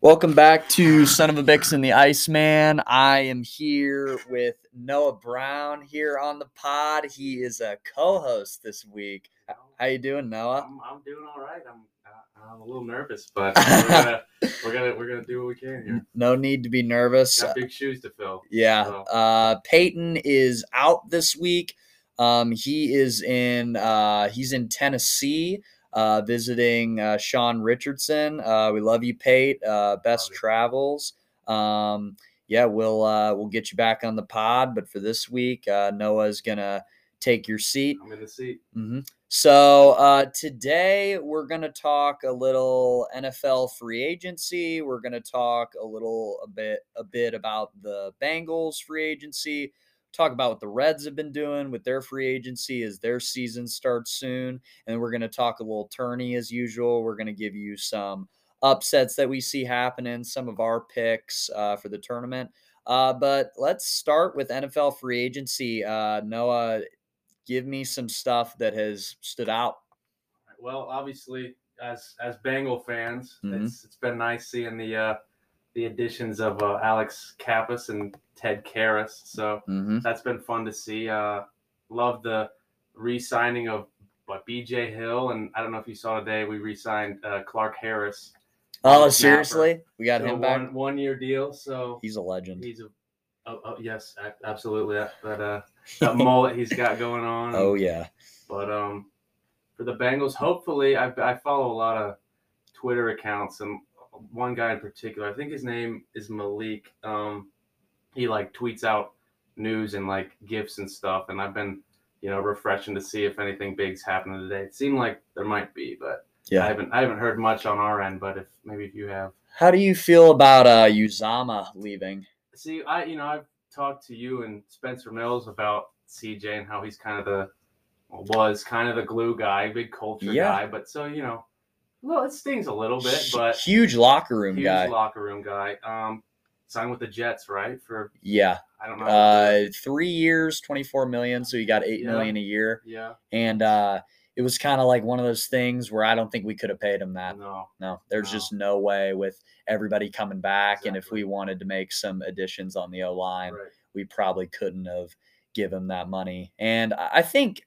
Welcome back to Son of a Bix and the Iceman. I am here with Noah Brown here on the pod. He is a co-host this week. How you doing, Noah? I'm, I'm doing all right. I'm I'm a little nervous, but we're gonna we're gonna, we're gonna do what we can here. No need to be nervous. Got big shoes to fill. Yeah. So- Uh, Peyton is out this week. Um, he is in uh, he's in Tennessee uh, visiting uh, Sean Richardson. Uh, we love you, Pate. Uh, best Love you. travels. Um, yeah, we'll uh, we'll get you back on the pod, but for this week, uh, Noah's gonna take your seat. I'm in the seat. hmm So uh, today we're going to talk a little NFL free agency. We're going to talk a little a bit a bit about the Bengals free agency. Talk about what the Reds have been doing with their free agency as their season starts soon, and we're going to talk a little tourney as usual. We're going to give you some upsets that we see happening, some of our picks uh, for the tournament. Uh, but let's start with NFL free agency. Uh, Noah, give me some stuff that has stood out. Well, obviously, as as Bengal fans, Mhm. it's it's been nice seeing the uh, the additions of uh, Alex Kappas and Ted Karras. So Mm-hmm. that's been fun to see. Uh, love the re-signing of but BJ Hill and I don't know if you saw today we re-signed uh, Clark Harris. Oh, Snapper. seriously? We got So him back. one one year deal. So He's a legend. He's a, oh, oh yes, a- absolutely. That that, uh, that mullet he's got going on. Oh yeah. But um, for the Bengals, hopefully, I I follow a lot of Twitter accounts and one guy in particular. I think his name is Malik. Um, he like tweets out news and like gifts and stuff, and I've been you know refreshing to see if anything big's happening today. It seemed like there might be, but I Yeah. haven't I haven't heard much on our end. But if maybe if you have. How do you feel about uh Uzama leaving? See, I you know I've talked to you and Spencer Mills about CJ and how he's kind of the well, was kind of the glue guy, big culture Yeah. guy, but so you know, well, it stings a little bit, Hu- but huge locker room huge guy. locker room guy. Um, signed with the Jets, right? For yeah. I don't know. Uh three years, twenty four million, so he got eight Yeah. million a year. yeah, And uh it was kind of like one of those things where I don't think we could have paid him that. no, No, there's No. just no way with everybody coming back. And if Exactly. we wanted to make some additions on the O line, right. Oh, we probably couldn't have given him that money. And I I think,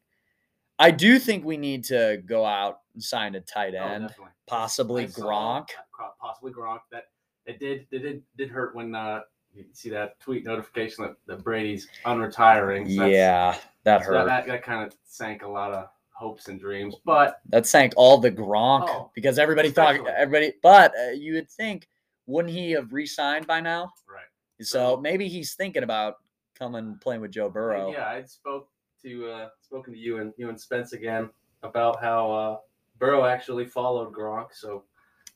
I do think we need to go out and sign a tight No, end, definitely. possibly I saw- Gronk. Gro- possibly Gronk. That it did, it did, did hurt when uh, you see that tweet notification that, that Brady's unretiring. So that's- Yeah, that So that, hurt. that, kind of sank a lot of hopes and dreams. But That sank all the Gronk Oh, because everybody thought especially. everybody. But uh, you would think, wouldn't he have re-signed by now? right, So Mhm. maybe he's thinking about coming playing with Joe Burrow. Uh, yeah, I spoke to uh, spoken to you and you and Spence again about how uh, Burrow actually followed Gronk. So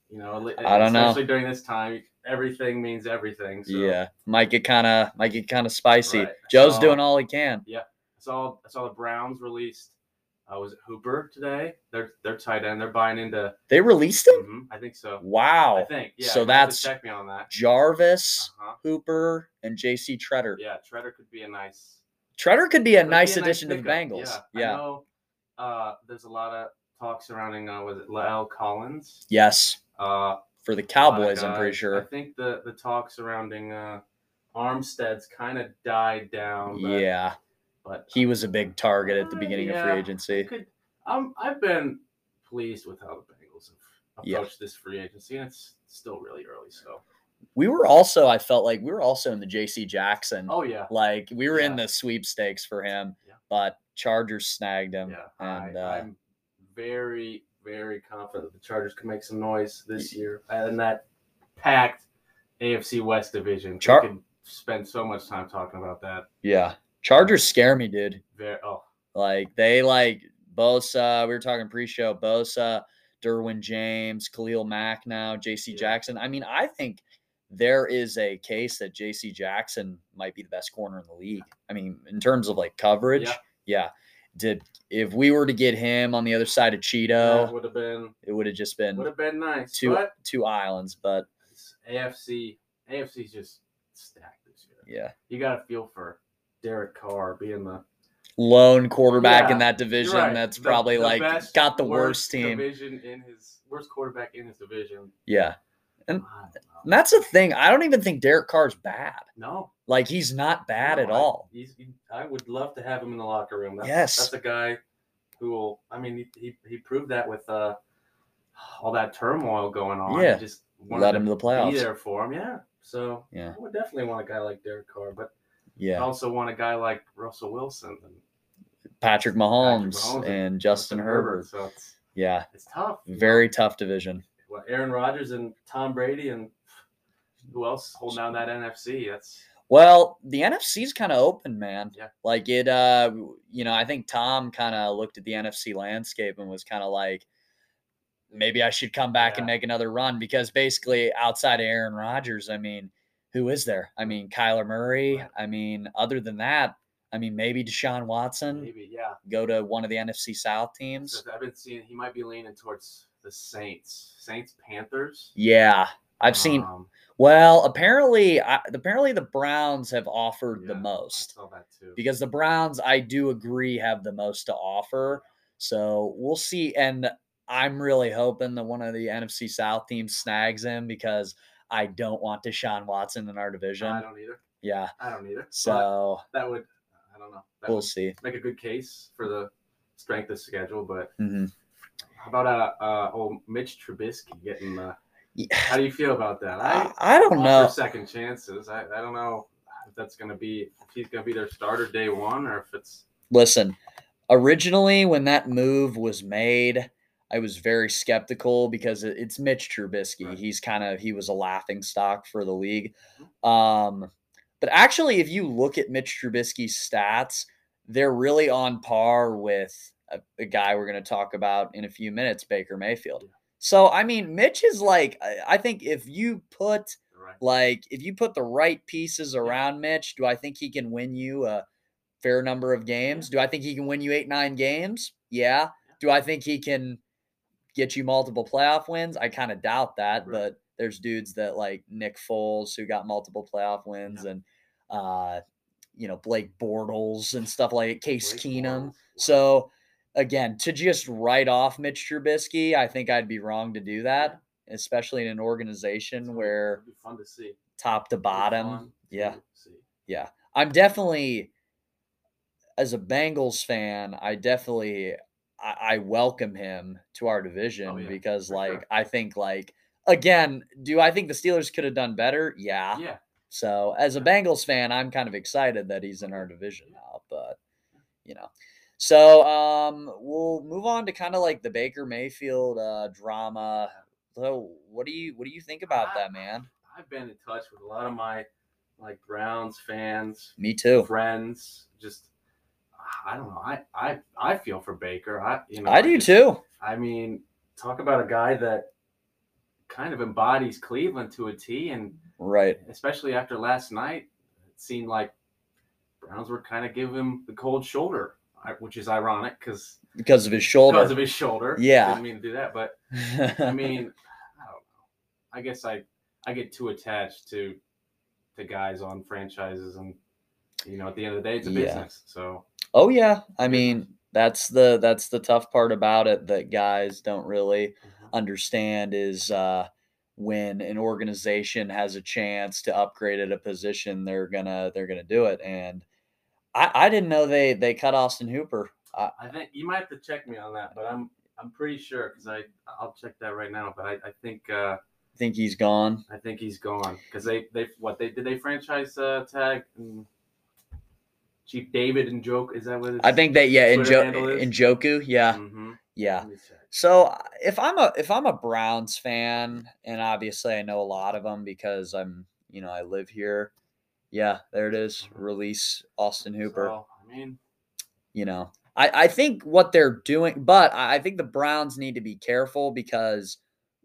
you know, li- I don't know. especially during this time, everything means everything. So. Yeah, might get kind of might get kind of spicy. Right. Joe's So- doing all he can. I saw I saw the Browns released. Uh, was it Hooper today? They're they're tight end. They're buying into. They released him. Mhm, I think so. Wow, I think. Yeah. So you'll have to that's- check me on that. Jarvis. Uh-huh. Hooper and J.C. Treader. Yeah, Treader could be a nice Treader could be a That'd be nice addition to the pickup. Bengals. Yeah. Yeah. I know, uh, there's a lot of talk surrounding uh, was it Lael Collins? Yes, Uh, a lot for the of Cowboys, I'm pretty guys. I sure. think the the talk surrounding uh, Armstead's kind of died down. But, Yeah, but he was a big target at the beginning of Yeah. free agency. could, um, I've been pleased with how the Bengals have Yeah. approached this free agency, and it's still really early. So, We were also, I felt like we were also in the J.C. Jackson. oh yeah, Like we were in Yeah. the sweepstakes for him, Yeah. but Chargers snagged him. yeah, And I, uh, I'm very very confident that the Chargers can make some noise this year and that packed AFC West division. We Char- could spend so much time talking about that. yeah, Chargers scare me, dude. Very oh Like they like Bosa. We were talking pre-show. Bosa, Derwin James, Khalil Mack. Now J.C. Yeah. Jackson. I mean, I think there is a case that J.C. Jackson might be the best corner in the league. I mean, in terms of like coverage, yeah. Yeah. Did if we were to get him on the other side of Cheeto, that would have been it would have just been would have been nice. two but two islands. But it's AFC AFC's just stacked this year. yeah, You got to feel for Derek Carr being the lone quarterback in Yeah, that division. You're right. That's The- probably the like best, got the worst, team. division in his worst quarterback in his division. Yeah. And- I don't know. And that's the thing. I don't even think Derek Carr's bad. no, Like he's not bad no, at I- all. He's, he- I would love to have him in the locker room. That's, Yes. that's a guy who will. I mean, he, he, he proved that with uh, all that turmoil going on. He Yeah. just wanted Led to him to the be playoffs. there for him. Yeah, so Yeah. I would definitely want a guy like Derek Carr, but I Yeah. also want a guy like Russell Wilson and Patrick Mahomes, Mahomes and Justin Herbert. Mm. So it's Yeah. it's tough. Very tough division. Well, Aaron Rodgers and Tom Brady and who else holding down that NFC? That's Well, the NFC's kind of open, man. Yeah. Like it uh you know, I think Tom kind of looked at the NFC landscape and was kind of like maybe I should come back and Yeah. make another run because basically outside of Aaron Rodgers, I mean, who is there? I mean, Kyler Murray. Right. I mean, other than that, I mean, maybe Deshaun Watson maybe yeah. go to one of the NFC South teams. So I've been seeing he might be leaning towards the Saints, Saints Panthers. Yeah, I've seen. Um, Well, apparently, I, apparently the Browns have offered the yeah, most I saw that too. because the Browns, I do agree, have the most to offer. So we'll see, and I'm really hoping that one of the NFC South teams snags him because I don't want Deshaun Watson in our I division. don't either. Yeah, I don't either. But so that would I don't know. That we'll would see. make a good case for the strength of schedule, but hmm how about uh, uh old Mitch Trubisky getting uh, Yeah. how do you feel about that? I, I don't offer know. Second chances. I, I don't know if that's gonna be if he's gonna be their starter day one or if it's Listen, originally when that move was made, I was very skeptical because it- it's Mitch Trubisky. Right. He's kind of he was a laughing stock for the league. Mhm. Um, but actually, if you look at Mitch Trubisky's stats, they're really on par with a, a guy we're going to talk about in a few minutes, Baker Mayfield. Yeah. So I mean, Mitch is like I- I think if you put right. like if you put the right pieces around Mitch, do I think he can win you a fair number of games? Do I think he can win you eight, nine games? Yeah. Do I think he can get you multiple playoff wins? I kind of doubt that, Right. but there's dudes that like Nick Foles who got multiple playoff wins and uh you know Blake Bortles and stuff like it, Case Blake Keenum. Bortles, wow. So again, to just write off Mitch Trubisky, I think I'd be wrong to do that, especially in an It's organization gonna- where it'll be fun to see. It'll be top to bottom. fun Yeah. to see. I'm definitely as a Bengals fan, I definitely I, I welcome him to our division Oh, yeah, because for like sure. I think like again, do I think the Steelers could have done better? Yeah. Yeah. So as a Yeah. Bengals fan, I'm kind of excited that he's in our division Yeah. now, but you know. So um we'll move on to kind of like the Baker Mayfield uh drama. So what do you what do you think about that, man? I've been in touch with a lot of my like Browns fans, Me too. friends, just I don't know. I I I feel for Baker. I you know I do just- too. I mean, talk about a guy that kind of embodies Cleveland to a T and Right. especially after last night, it seemed like Browns were kind of giving him the cold shoulder, I- which is ironic because because of his shoulder. of his shoulder. Yeah. didn't mean to do that, but I mean, I don't know. I guess I I get too attached to to guys on franchises, and you know, at the end of the day, it's a Yeah. business. So oh yeah, I Yeah. mean that's the that's the tough part about it that guys don't really Mhm. understand is uh, when an organization has a chance to upgrade at a position, they're gonna they're gonna do it. And I, I didn't know they they cut Austin Hooper. I, I think you might have to check me on that, but I'm I'm pretty sure because I I'll check that right now. But I, I think uh, think he's gone. I think he's gone because they they what they did they franchise uh, tag and Chief David and joke is that what it's I think that yeah, in, Twitter jo- handle is? in Joku, yeah, hmm yeah. So I- if I'm a if I'm a Browns fan, and obviously I know a lot of them because I'm you know I live here. Yeah, there it is. Release Austin Hooper. I mean, You know, I I think what they're doing, but I I think the Browns need to be careful because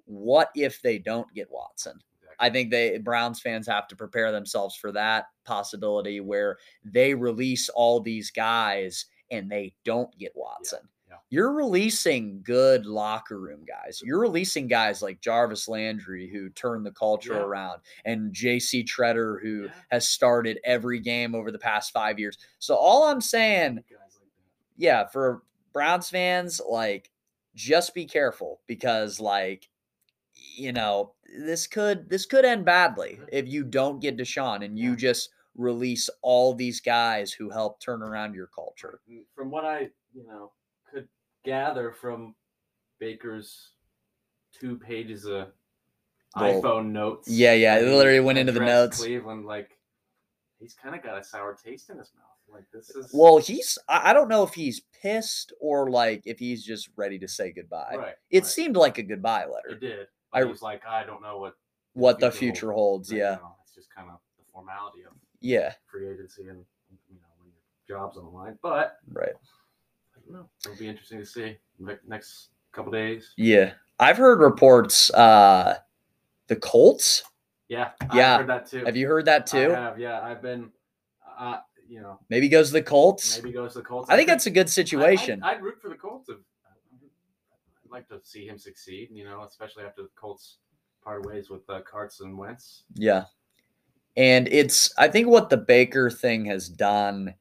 what if they don't get Watson? I think they Browns fans have to prepare themselves for that possibility where they release all these guys and they don't get Watson. yeah. You're releasing good locker room guys. You're releasing guys like Jarvis Landry who turned the culture Yeah. around and JC Treader who Yeah. has started every game over the past 5 years. So all I'm saying yeah, for Browns fans, like just be careful because like you know, this could this could end badly if you don't get Deshaun and you Mm-hmm. Yeah. just release all these guys who help turn around your culture. From what I, you know, could gather from Baker's two pages of Well, iPhone notes. yeah, yeah, that it he literally went into the addressed notes. Cleveland, like he's kind of got a sour taste in his mouth. Like this is Well, he's I I don't know if he's pissed or like if he's just ready to say goodbye. right. It right. seemed like a goodbye it letter. did. I- I was like, I don't know what What the future future holds, you yeah. know, it's just kind of the formality of Yeah, free agency and you know when your job's on the line. But right. I don't know. It'll be interesting to see ne- next couple days. Yeah. I've heard reports uh the Colts. Yeah, Yeah. I heard that too. Have you heard that I too? have, yeah. I've been, uh, you know, Maybe goes to the Colts. maybe goes to the Colts. I think that's a good situation. I, would root for the Colts. If, I'd like to see him succeed, you know, especially after the Colts parted ways with uh, Carts and Wentz. Yeah. And it's I think what the Baker thing has done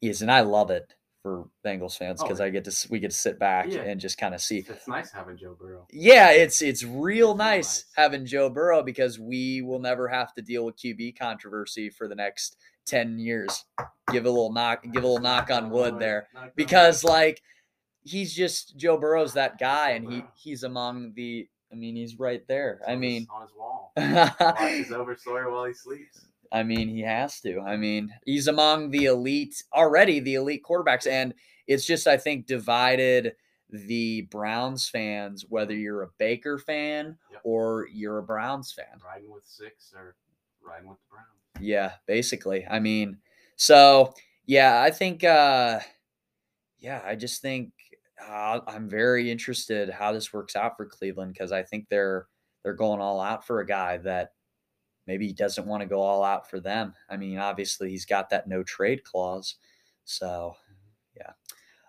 is and I love it for Bengals fans Oh, because yeah. I get to s- we get to sit back Yeah. and just kind of see. It's nice having Joe Burrow. Yeah, it's it's real It's real nice nice. having Joe Burrow because we will never have to deal with QB controversy for the next 10 years. Give a little knock give a little knock on wood there Knock on wood. because like he's just Joe Burrow's that guy and he Burrow. he's among the I mean he's right there. It's I on his- mean on his wall. Watches over Sawyer while he sleeps. I mean, he has to. I mean, he's among the elite already, the elite quarterbacks. And it's just, I think, divided the Browns fans, whether you're a Baker fan Yep. or you're a Browns fan. Riding with six or riding with the Browns. Yeah, basically. I mean, so yeah, I think, uh, yeah, I just think uh, I'm very interested how this works out for Cleveland because I think they're they're going all out for a guy that maybe he doesn't want to go all out for them. I mean, obviously he's got that no trade clause, so yeah.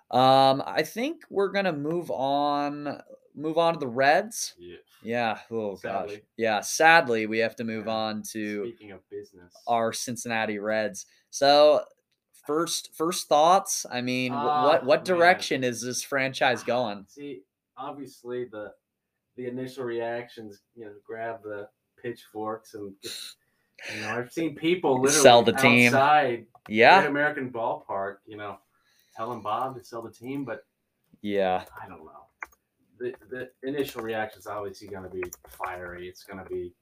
Um, I think we're gonna move on move on to the Reds. Yeah. Yeah. Oh gosh. Sadly. Yeah. Sadly, we have to move Yeah. on to Speaking of business, our Cincinnati Reds. So first first thoughts, I mean, wh- what Ah, what man. direction is this franchise going? see, obviously the the initial reactions, you know, grab the pitchforks and get, you know, I've seen people literally Sell the team. outside Great Yeah. American Ballpark, you know, telling Bob to sell the team, but Yeah. I don't know. The the initial reaction is obviously going to be fiery. It's going to be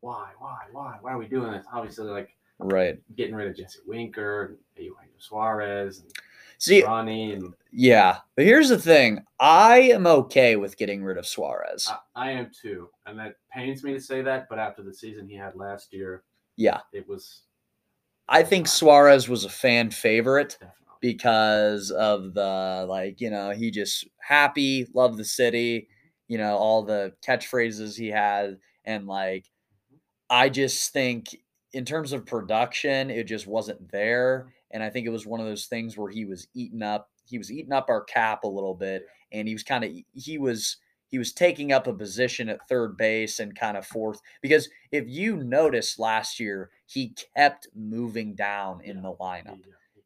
why, why, why, why are we doing this? Obviously, like Right. getting rid of Jesse Winker, and Eugenio Suarez, and See, Ronnie, and yeah. But here's the thing. I am okay with getting rid of Suarez. I, I am too, and that pains me to say that. But after the season he had last year, Yeah. it was I think Suarez was a fan favorite definitely because of the like, you know, he just happy, loved the city, you know, all the catchphrases he had and like I just think in terms of production, it just wasn't there. And I think it was one of those things where he was eating up, he was eating up our cap a little bit, and he was kind of he was he was taking up a position at third base and kind of fourth because if you notice last year, he kept moving down in Yeah, the yeah, lineup.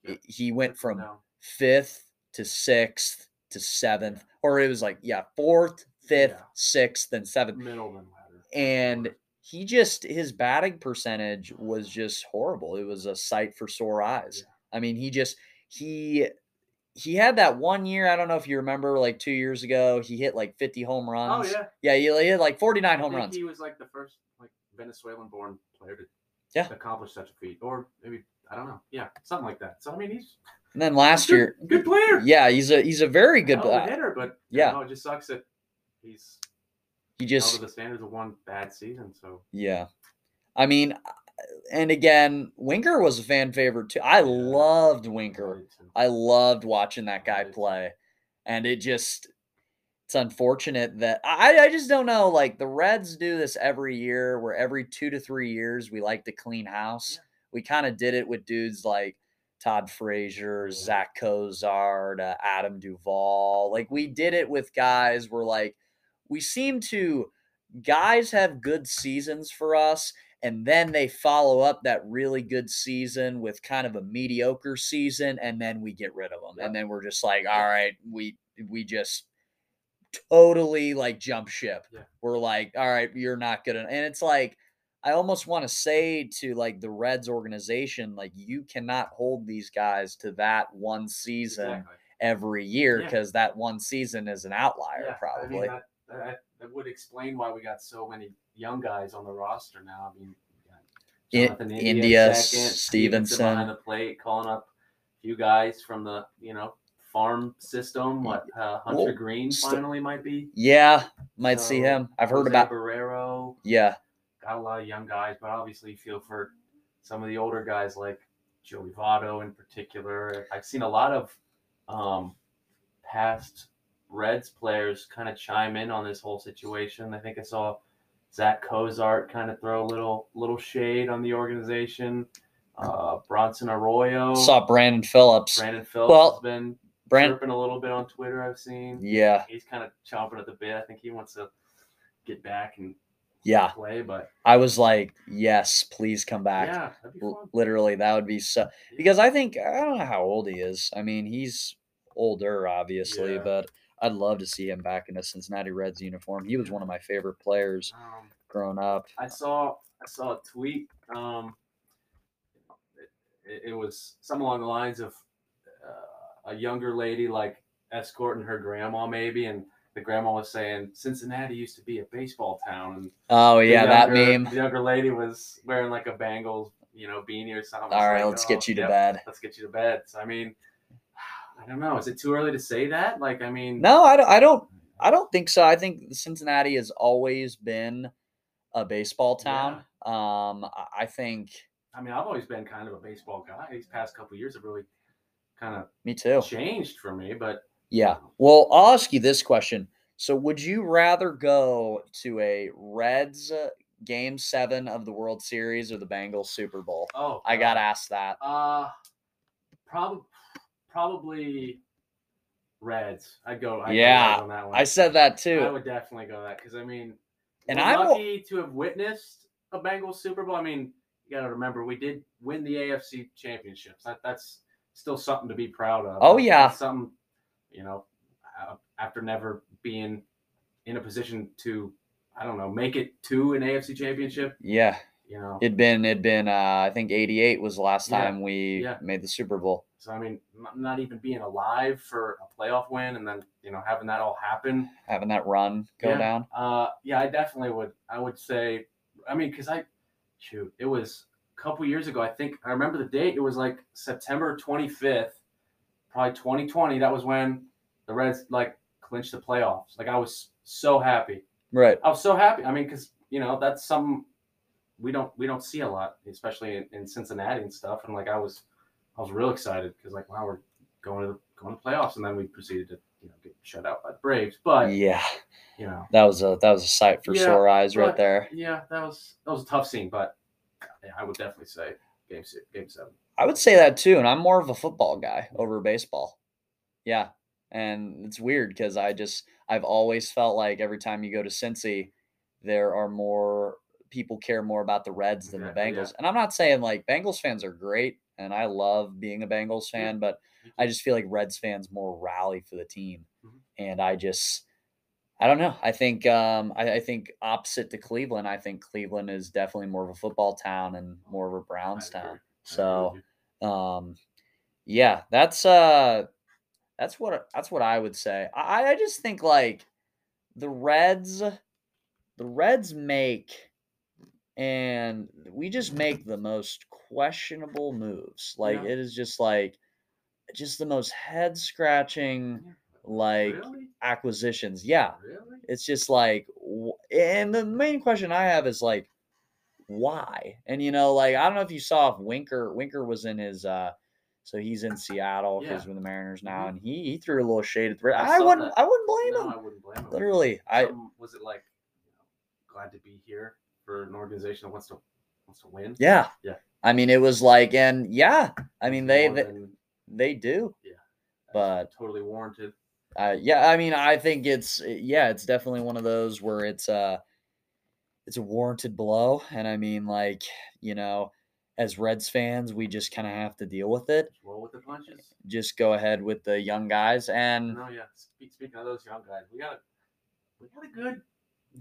yeah. He- He went from No, fifth to sixth to seventh, or it was like yeah, fourth, fifth, Yeah. sixth, then seventh middle and ladder, and he just his batting percentage was just horrible. It was a sight for sore eyes. I mean, he just he he had that one year. I don't know if you remember, like two years ago, he hit like fifty home oh runs. yeah, yeah, he hit like forty I um, nine home think runs. He was like the first like Venezuelan-born player to Yeah. accomplish such a feat, or maybe I don't know, yeah, something like that. So I mean, he's and then last good- year, good player, yeah, he's a he's a very good. Hell of a bat- hitter, but yeah. Oh, yeah, it just sucks that he's He held just to the standards of one bad season. So Yeah. I mean, I- and again, Winker was a fan favorite too. I Yeah. loved Winker. I loved watching that guy Right. play. And it just it's unfortunate that I, I just don't know. Like the Reds do this every year where every two to three years we like to clean house. We kind of did it with dudes like Todd Frazier, Yeah. Zach Cozart, uh, Adam Duvall. Like we did it with guys where like we seem to guys have good seasons for us and then they follow up that really good season with kind of a mediocre season and then we get rid of them Yep. and then we're just like all Yep. right we we just totally like jump ship. Yeah. We're like, all right, you're not gonna. And it's like, I almost want to say to like the Reds organization, like you cannot hold these guys to that one season Exactly. every year Yeah. because that one season is an outlier, Yeah, I probably. mean, that, that, that would explain why we got so many young guys on the roster now. I mean, we got In- Jonathan India, Stevenson Stevenson. behind the plate, calling up a few guys from the you know farm system. What uh, Hunter Well, Green st- finally might be. yeah, might see So, him. I've heard Jose about. Barrero. Yeah, Got a lot of young guys, but obviously you feel for some of the older guys like Joey Votto in particular. I've seen a lot of um, past Reds players kind of chime in on this whole situation. I think I saw Zach Kozart kind of throw a little little shade on the organization. Uh, Bronson Arroyo, saw Brandon Phillips. Brandon Phillips Well, has been Brand. chirping a little bit on Twitter. I've seen Yeah, he's kind of chomping at the bit. I think he wants to get back and yeah. play, but I was like, yes, please come back. yeah, that'd be fun. L- Literally, that would be so. Because I think I don't know how old he is. I mean, he's older, obviously, Yeah. but I'd love to see him back in a Cincinnati Reds uniform. He was one of my favorite players Um, growing up. I saw I saw a tweet. Um, it, it was something along the lines of uh, a younger lady like escorting her grandma, maybe, and the grandma was saying Cincinnati used to be a baseball town, and Oh the yeah, that younger- meme. The younger lady was wearing like a Bengals, you know, beanie or something. It's All right, like, let's oh, get you to yep, bed. Let's get you to bed. So I mean, I don't know. Is it too early to say that? Like, I mean, No, I don't. I don't. I don't think so. I think Cincinnati has always been a baseball town. Um, I- I think I mean, I've always been kind of a baseball guy. These past couple years have really kind of me too. changed for me, but Yeah. Well, I'll ask you this question. So, would you rather go to a Reds uh, game seven of the World Series or the Bengals Super Bowl? oh, I got God. asked that. Uh, prob- probably Reds. I'd go. I'd go Yeah, Reds on that one. I said that I too. would definitely go that because I mean, And we're I'm al- lucky to have witnessed a Bengals Super Bowl. I mean, you got to remember we did win the AFC championships. That that's still something to be proud of. Oh, That's- yeah. that's something you know uh, after never being in a position to I don't know make it to an AFC championship. Yeah. You know, It'd been, it'd been, uh, I think 88 was the last Yeah, time we yeah. made the Super Bowl. so I mean, n- not even being alive for a playoff win and then you know having that all happen. Having that run go Yeah. down. Uh, yeah, I definitely would. I would say, I mean, because I, shoot, it was a couple years ago. I think I remember the date. It was like September 25th, probably 2020. That was when the Reds like clinched the playoffs. Like I was so happy. Right. I was so happy. I mean, because you know that's some we don't we don't see a lot, especially in, in Cincinnati and stuff. And like I was, I was real excited because like wow, we're going to the, going to playoffs, and then we proceeded to you know get shut out by the Braves. But Yeah. you know. That was a, that was a sight for Yeah, sore eyes right right. there. Yeah, that was that was a tough scene, but yeah, I would definitely say game six, game seven. I would say that too, and I'm more of a football guy over baseball. Yeah, and it's weird because I just I've always felt like every time you go to Cincy, there are more people care more about the Reds than the Exactly, yeah. Bengals. And I'm not saying like Bengals fans are great, and I love being a Bengals Yeah. fan, but I just feel like Reds fans more rally for the team, Mhm. and I just I don't know. I think um, I, I think opposite to Cleveland, I think Cleveland is definitely more of a football town and more of a Browns I agree. I town. agree So with um yeah that's uh that's what that's what i would say i i just think like the reds the reds make and we just make the most questionable moves like Yeah. it is just like just the most head scratching you. like really? acquisitions yeah really? it's just like wh- and the main question i have is like why and you know like i don't know if you saw if winker winker was in his uh so he's in seattle Yeah. because with the mariners now Mhm. and he he threw a little shade at the Ra- I i, saw wouldn't that. i wouldn't blame No, him I wouldn't blame him. literally i Some- was it like you know, glad to be here for an organization that wants to wants to win. yeah Yeah. i mean it was like and yeah i mean they More they, than- they do but- totally warranted. uh, yeah i mean i think it's eh, yeah it's definitely one of those where it's uh it's a warranted blow and i mean like you know as reds fans we just kind of have to deal with it Just roll with the punches. just go ahead with the young guys and No, yeah. Speak, speaking of those young guys, we got we got a good,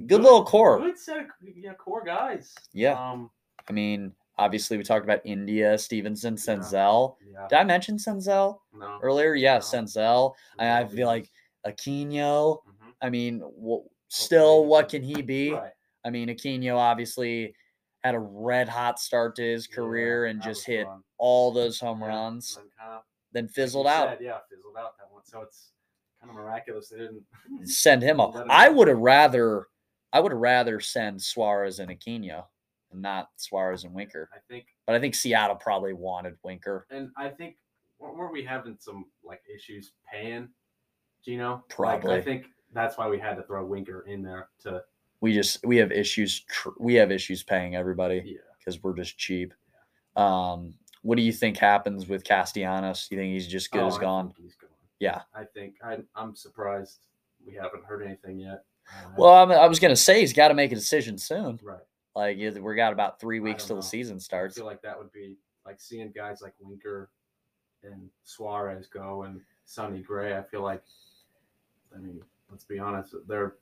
Good little core. good set of yeah, core guys. Yeah. Um, I mean, obviously we talked about India, Stevenson, Yeah. Senzel. yeah. Did I mention Senzel No. earlier? Yeah, No. Senzel. I- I feel like- Aquino. Mhm. I mean, wh- still, he what can- can he be? Right. I mean, Aquino obviously had a red hot start to his career Yeah, and that just was hit fun. all those home Yeah, runs, and then kinda, like then you fizzled out. said, yeah, fizzled out that one. So it's kind of miraculous they didn't. Send him off. Let him I go. would have rather, I would have rather send Suarez and Aquino, and not Suarez and Winker. I think, But I think Seattle probably wanted Winker. and I think, weren't weren't we having some like issues paying Gino? Like, Probably. I think that's why we had to throw Winker in there to. We just we have issues. Tr- we have issues paying everybody Yeah. because we're just cheap. Um, what do you think happens with Castellanos? You think he's just good Oh, as I gone? think He's gone. Yeah. I think I, I'm surprised we haven't heard anything yet. Uh, Well, I'm, I was gonna say he's got to make a decision soon. right. Like it- we got about three I weeks don't till the know. season I starts. feel like that would be like seeing guys like Winker and Suarez go and Sonny Gray. I feel like, I mean, let's be honest, they're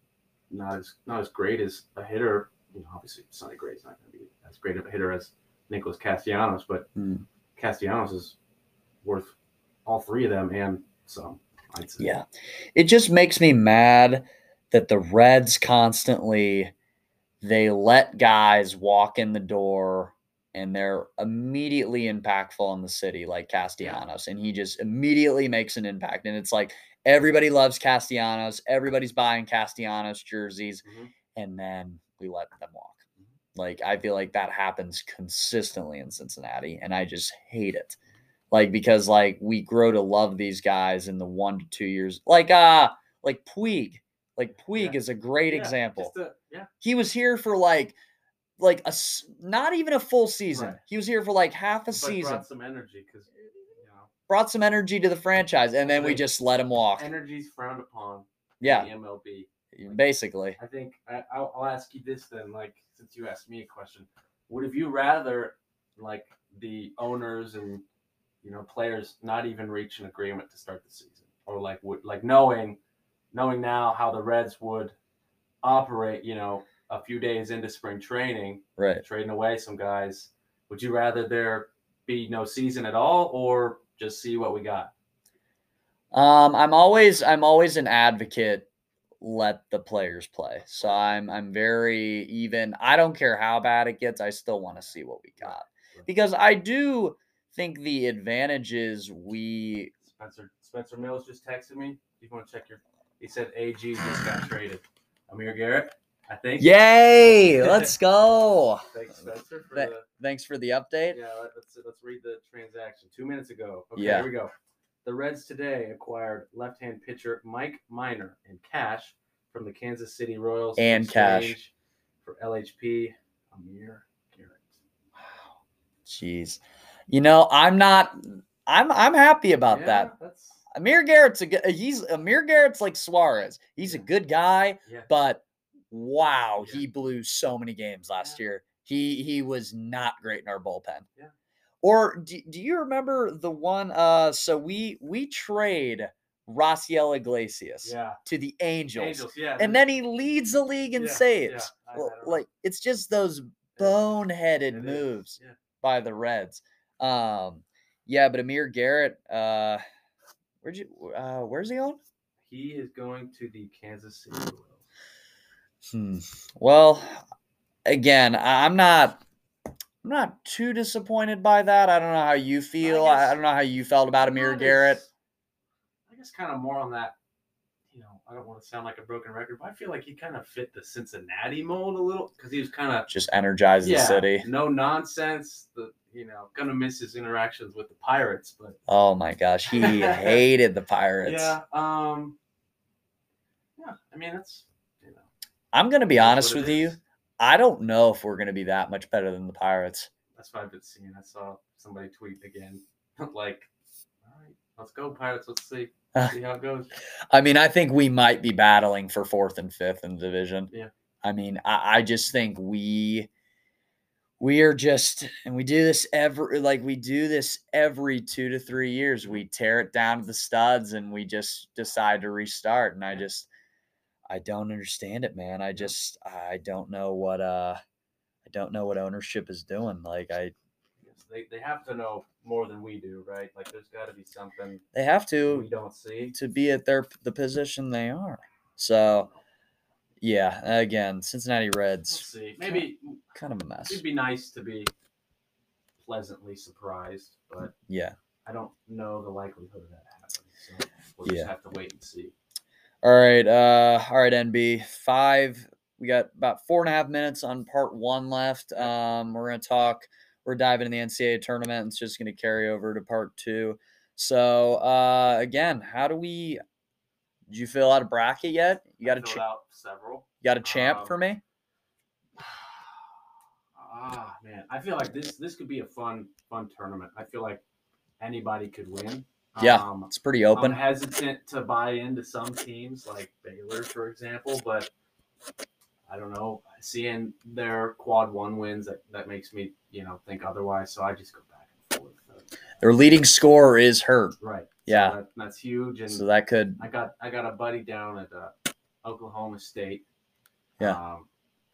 not as not as great as a hitter. You know, obviously Sonny Gray's not going to be as great of a hitter as Nicholas Castellanos, but Mm. Castellanos is worth all three of them and some. I'd say. Yeah, it just makes me mad that the Reds constantly they let guys walk in the door and they're immediately impactful on the city, like Castellanos, and he just immediately makes an impact. And it's like everybody loves Castellanos, everybody's buying Castellanos jerseys, Mhm. and then we let them walk. Like I feel like that happens consistently in Cincinnati, and I just hate it. Like because like we grow to love these guys in the one to two years. Like uh like Puig, like Puig Yeah. is a great Yeah, example. just a- yeah. he was here for like like a s- not even a full season. Right. He was here for like half a but season. brought Brought, some energy because you know some energy to the franchise, and then we Right. just let him walk. energy's frowned upon. yeah, In the MLB. basically. I think I, I'll, I'll ask you this then, like since you asked me a question, would have you rather like the owners and you know players not even reach an agreement to start the season, or like would like knowing knowing now how the Reds would operate, you know, a few days into spring training, Right. trading away some guys, would you rather there be no season at all, or just see what we got? Um, I'm always I'm always an advocate. Let the players play. So I'm I'm very even. I don't care how bad it gets. I still want to see what we got because I do think the advantages we Spencer Spencer Mills just texted me. You want to check your? He said AG just got traded. Amir Garrett, I think. yay let's go Thanks, Spencer, for That- the. thanks for the update Yeah, let- let's let's read the transaction. Two minutes ago. Okay, Yeah. here we go. The Reds today acquired left-hand pitcher Mike Miner and cash from the Kansas City Royals in And cash. exchange for LHP Amir Garrett. jeez you know i'm not i'm i'm happy about Yeah, that That's amir garrett's a good he's amir garrett's like suarez he's a Yeah. good guy yeah. but wow, Yeah. he blew so many games last Yeah. year. He he was not great in our bullpen. Yeah. Or do, do you remember the one? Uh, so we we trade Rossiel Iglesias Yeah. to the Angels, Angels. Yeah. and then he leads the league in Yeah, yeah, saves. I- I Well, don't know. like it's just those Yeah. boneheaded It is, moves yeah. by the Reds. Um, yeah, but Amir Garrett, uh, where'd you? Uh, where's he on? He is going to the Kansas City Royals. Hmm. Well, again, I- I'm not I'm not too disappointed by that. I don't know how you feel. I, I guess don't know how you felt about Amir Not Garrett. as- I guess kind of more on that. You know, I don't want to sound like a broken record, but I feel like he kind of fit the Cincinnati mold a little because he was kind of Just energize the yeah, city. no nonsense. The you know, gonna miss his interactions with the Pirates, but Oh my gosh, he hated the Pirates. yeah, um, yeah. I mean, that's you know, I'm gonna be that's honest what it with you. is. I don't know if we're gonna be that much better than the Pirates. That's what I've been seeing. I saw somebody tweet again, like, "All right, let's go Pirates. Let's see, Uh, see how it goes." I mean, I think we might be battling for fourth and fifth in the division. Yeah. I mean, I, I just think we we are just and we do this every like we do this every two to three years. We tear it down to the studs and we just decide to restart. And I Yeah. just I don't understand it, man. I just I don't know what uh I don't know what ownership is doing. Like I Yes, they, they have to know more than we do, right? Like there's got to be something they have to we don't see. to be at their the position they are. So yeah, again, Cincinnati We'll Reds see. Maybe kind of a mess. it'd be nice to be pleasantly surprised, but Yeah. I don't know the likelihood of that happening. So we'll Yeah. just have to wait and see. All right, uh all right, NB. Five we got about four and a half minutes on part one left. Um we're gonna talk we're diving in the NCAA tournament. It's just gonna carry over to part two. So uh again, how do we did you fill out a bracket yet? You got a I filled ch- out several. you got a champ for um, me? Ah man, I feel like this this could be a fun fun tournament. I feel like anybody could win. Yeah. Um, It's pretty I'm open. hesitant to buy into some teams like Baylor, for example, but I don't know. Seeing their quad one wins, that, that makes me, you know, think otherwise. So I just go back and forth. Their leading scorer is hurt. Right. So Yeah. that- that's huge. And So that could I got I got a buddy down at uh, Oklahoma State. Yeah. Um,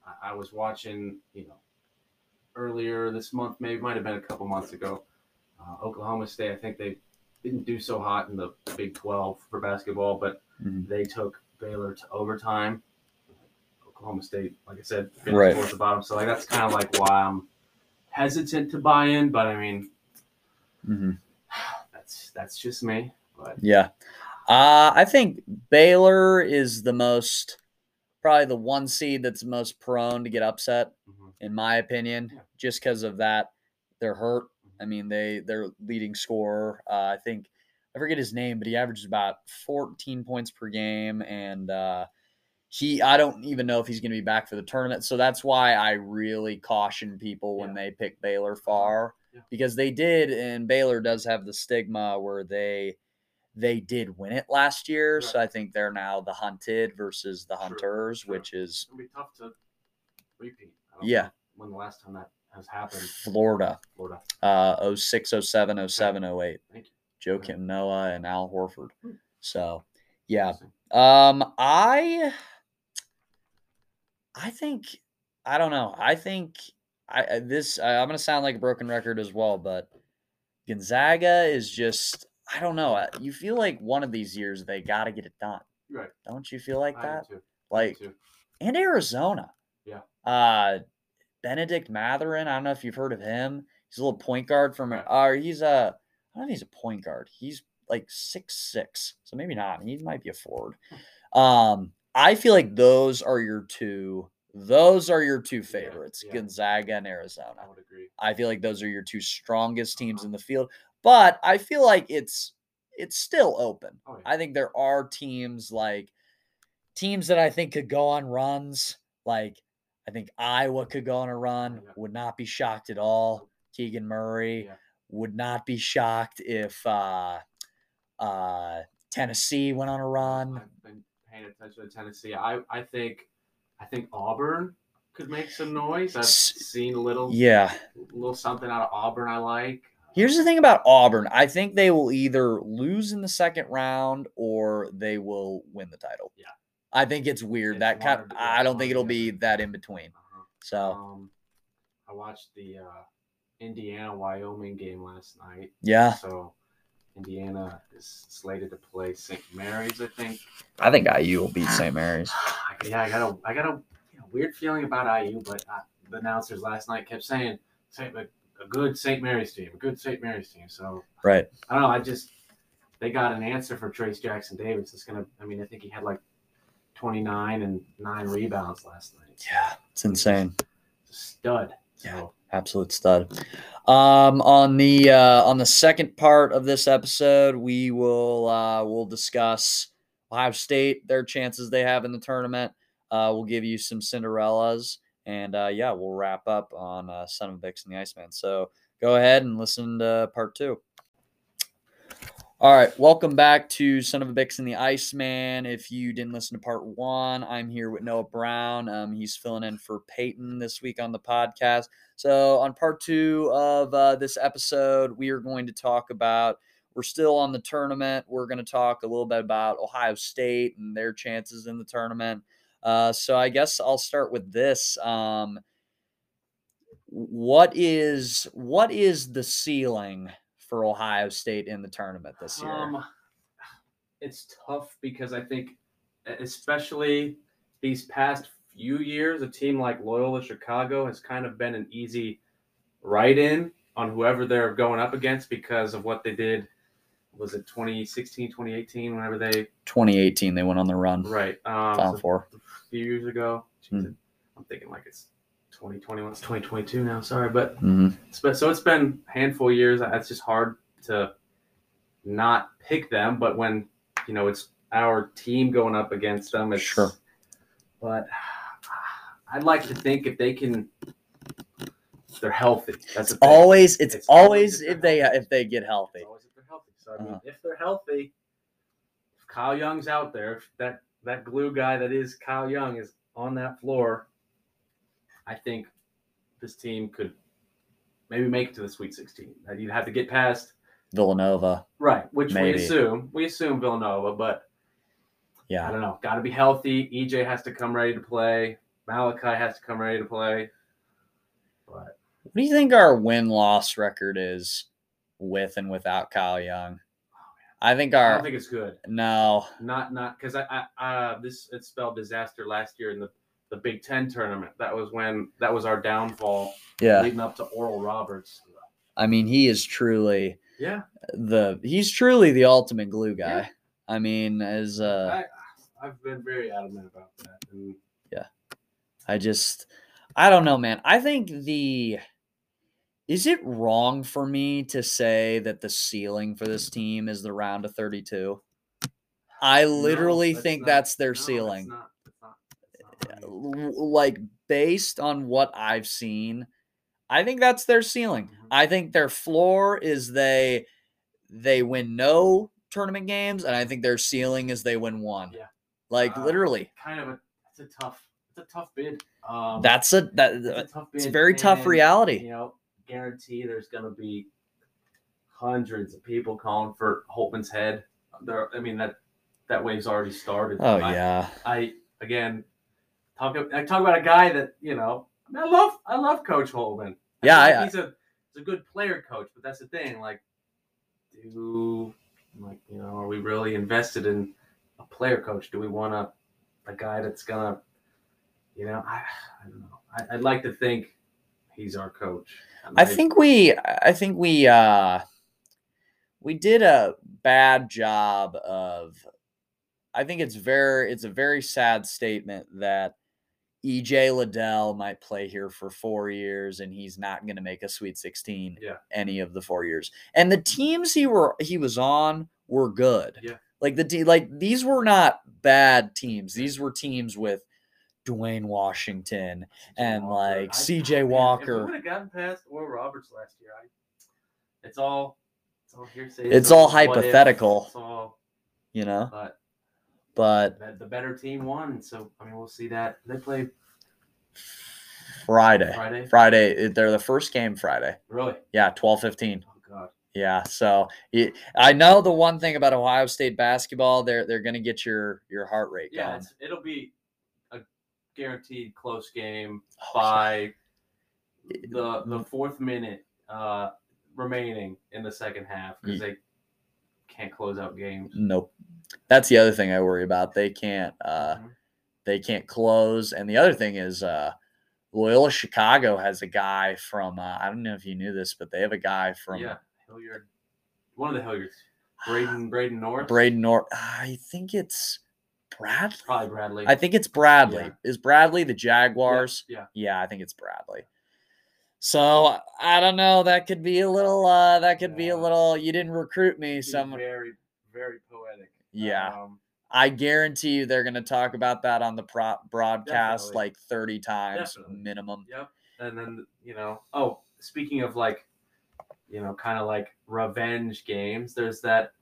I, I was watching, you know, earlier this month, maybe might have been a couple months ago. Uh, Oklahoma State, I think they didn't do so hot in the Big Twelve for basketball, but Mhm. they took Baylor to overtime. Oklahoma State, like I said, finished Right. towards the bottom. So like that's kind of like why I'm hesitant to buy in, but I mean, mhm. that's that's just me. But yeah. Uh, I think Baylor is the most probably the one seed that's most prone to get upset, mhm. in my opinion, Yeah. just because of that. They're hurt. I mean, they their leading scorer. Uh, I think I forget his name, but he averages about 14 points per game, and uh, he I don't even know if he's going to be back for the tournament. So that's why I really caution people when Yeah. they pick Baylor far Yeah. because they did, and Baylor does have the stigma where they they did win it last year. Right. So I think they're now the hunted versus the Sure, hunters, sure. which is It'll be tough to repeat. I don't yeah, know When the last time that has happened, Florida. Florida. uh, 06, 07, 07, 08. Thank you. Joe Okay. Hmm. Kim Noah and Al Horford. So, yeah. Interesting. Um, I, I think, I don't know. I think I I- this. I, I'm gonna sound like a broken record as well, but Gonzaga is just. I don't know. I- You feel like one of these years they got to get it done. You're right. Don't you feel like I do that? too. I do Like, too. and Arizona. Yeah. Uh Benedict Matherin, I don't know if you've heard of him. He's a little point guard from Right. or he's a I don't know if he's a point guard. He's like six six. So maybe not. He might be a forward. Hmm. Um I feel like those are your two those are your two favorites, yeah. Gonzaga and Arizona. I Uh-huh. would agree. I feel like those are your two strongest teams in the field. But I feel like it's it's still open. Oh, yeah. I think there are teams like teams that I think could go on runs. Like I think Iowa could go on a run. Yeah. Would not be shocked at all. Keegan Murray Yeah. would not be shocked if uh, uh, Tennessee went on a run. I've been paying attention to Tennessee. I, I think I think Auburn could make some noise. I've S- seen a little Yeah. little something out of Auburn I like. Here's the thing about Auburn. I think they will either lose in the second round or they will win the title. Yeah. I think it's weird. It's that one kind or the- yeah, I it's don't one think or it'll be the other. that in between. Uh-huh. So, Um, I watched the uh, Indiana Wyoming game last night. yeah. So Indiana is slated to play St. Mary's, I think. I think IU will beat St. Mary's. I- yeah, I got a, I got a you know, weird feeling about IU, but uh the announcers last night kept saying Saint, a, a good St. Mary's team, a good St. Mary's team. So Right. I don't know. I just they got an answer for Trace Jackson Davis. It's gonna. I mean, I think he had like 29 and nine rebounds last night. Yeah. It's insane. Stud. So Yeah. Absolute stud. Um, on the uh, on the second part of this episode, we will uh, we'll discuss Ohio State, their chances they have in the tournament. Uh, we'll give you some Cinderellas, and uh, yeah, we'll wrap up on uh, Son of Vix and the Iceman. So go ahead and listen to part two. All right, welcome back to Son of a Bix and the Iceman. If you didn't listen to part one, I'm here with Noah Brown. Um, he's filling in for Peyton this week on the podcast. So, on part two of uh, this episode, we are going to talk about We're still on the tournament. We're going to talk a little bit about Ohio State and their chances in the tournament. Uh, so I guess I'll start with this. Um, what is what is the ceiling for Ohio State in the tournament this year? Um, it's tough because I think, e, especially these past few years, a team like Loyola Chicago has kind of been an easy write in on whoever they're going up against because of what they did. Was it 2016, 2018, whenever they 2018, they went on the run. right um, Final so four. a few years ago? Hmm. Jesus, I'm thinking like it's 2021, it's 2022 now. Sorry, but hmm It's been- so it's been a handful of years. It's just hard to not pick them, but when you know it's our team going up against them, it's Sure. But ah, I'd like to think if they can, if they're healthy. That's the thing. Always, it's, It's always always if if they they're healthy. if they get healthy. It's always if they're healthy. So I mean, Uh-huh. if they're healthy, if Kyle Young's out there, if that that glue guy that is Kyle Young is on that floor, I think this team could maybe make it to the Sweet 16. Now, You'd have to get past Villanova, right, which Maybe. we assume we assume Villanova, but I yeah, don't know. Got to be healthy. EJ has to come ready to play. Malachi has to come ready to play. But What do you think our win loss record is with and without Kyle Young? I think I our don't think it's good. no. not not because I, I uh this it spelled disaster last year in the the Big Ten tournament. That was when that was our downfall Yeah. leading up to Oral Roberts. I mean, he is truly Yeah, the he's truly the ultimate glue guy. Yeah. I mean, as uh I I've been very adamant about that. And I just I don't know, man. I think the is it wrong for me to say that the ceiling for this team is the round of 32? I literally that's think not- that's their no, it's ceiling. not- it's not- it's not right. l- like based on what I've seen, I think that's their ceiling. Mhm. I think their floor is they they win no tournament games, and I think their ceiling is they win one. Yeah. Like Uh, literally, Kind of a it's a tough it's a tough bid. Um, that's a that. uh, it's a tough It's a bid, very tough and, reality. You know, guarantee there's gonna be hundreds of people calling for Holtman's head. There, I mean that that wave's already started. Oh I- yeah, I again talk. I talk about a guy that you know. I mean, I love. I love Coach Holman. I Yeah, feel like I- I- he's a he's a good player coach, but that's the thing. Like, do like you know, are we really invested in a player coach? Do we want a a guy that's gonna, you know, I I don't know. I, I'd like to think he's our coach. I think we I think we uh we did a bad job of I think it's very it's a very sad statement that EJ Liddell might play here for 4 years and he's not going to make a sweet 16 Yeah. any of the 4 years. And the teams he were he was on were good. Yeah. Like the te- like these were not bad teams. These were teams with Dwayne Washington and, like, CJ Walker. If we would have gotten past Oral Roberts last year, I, it's all it's all hearsay. It's all what if, hypothetical. It's all, you know but but the, the better team won, and so I mean we'll see that they play friday Friday. friday it- they're the first game friday Really? yeah twelve fifteen. Oh God. yeah so it, i know the one thing about ohio state basketball they're they're gonna get your your heart rate Yeah, going it's, it'll be a guaranteed close game Oh, by It- the the fourth minute uh, remaining in the second half Hmm. because they can't close out games. nope that's the other thing i worry about they can't uh Mhm. they can't close and the other thing is uh loyola chicago has a guy from uh, i don't know if you knew this but they have a guy from yeah, Hilliard, one of the Hilliards, Braden Braden North, braden north i think it's bradley probably Bradley. I think it's Bradley. Yeah. Is Bradley the Jaguars? Yeah, Yeah, I think it's Bradley. So I don't know. That could be a little. uh That could be a Yeah. little. You didn't recruit me, yeah. so I'm- very very poetic. Yeah. um, I guarantee you they're going to talk about that on the pro- broadcast Definitely. like thirty times Definitely. minimum. yep. And then you know, oh, speaking of like, you know, kind of like revenge games. There's that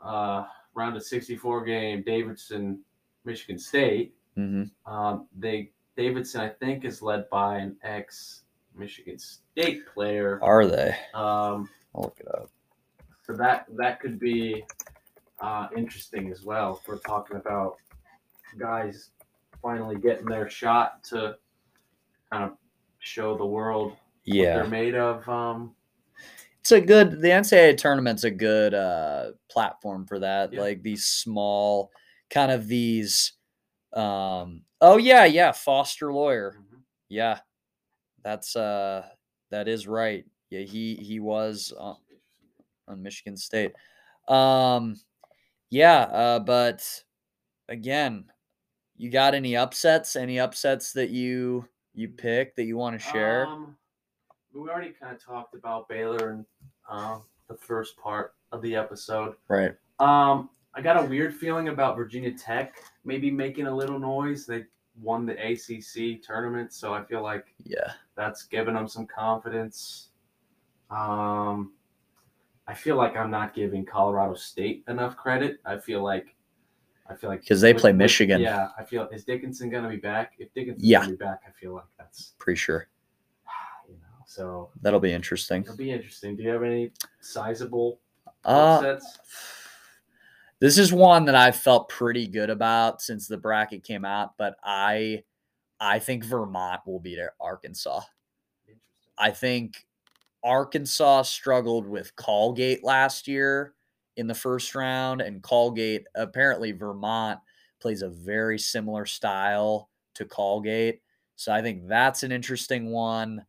uh, round of 64 game, Davidson, Michigan State. hmm Um, they Davidson, I think, is led by an ex Michigan State player. Are they? Um, I'll look it up. So that that could be uh, interesting as well. If we're talking about guys finally getting their shot to kind of show the world what Yeah. they're made of. Um, It's a good the NCAA tournament's a good uh platform for that. Yeah. Like these small kind of these um oh yeah, yeah, foster lawyer. Yeah. That's uh that is right. Yeah, he he was on, on Michigan State. Um yeah, uh but again, you got any upsets? Any upsets that you you pick that you want to share? Um, we already kind of talked about Baylor in uh, the first part of the episode. right. Um, I got a weird feeling about Virginia Tech maybe making a little noise. They won the ACC tournament, so I feel like Yeah. that's giving them some confidence. Um, I feel like I'm not giving Colorado State enough credit. I feel like, I feel like 'Cause they play with- Michigan. Yeah, I feel is Dickinson gonna be back? If Dickinson's Yeah. gonna be back, I feel like that's Pretty sure. you know. So That'll be interesting. it'll be interesting. Do you have any sizable Uh upsets? this is one that I felt pretty good about since the bracket came out, but I I think Vermont will beat Arkansas. Interesting. I think Arkansas struggled with Colgate last year in the first round, and Colgate apparently Vermont plays a very similar style to Colgate. So I think that's an interesting one.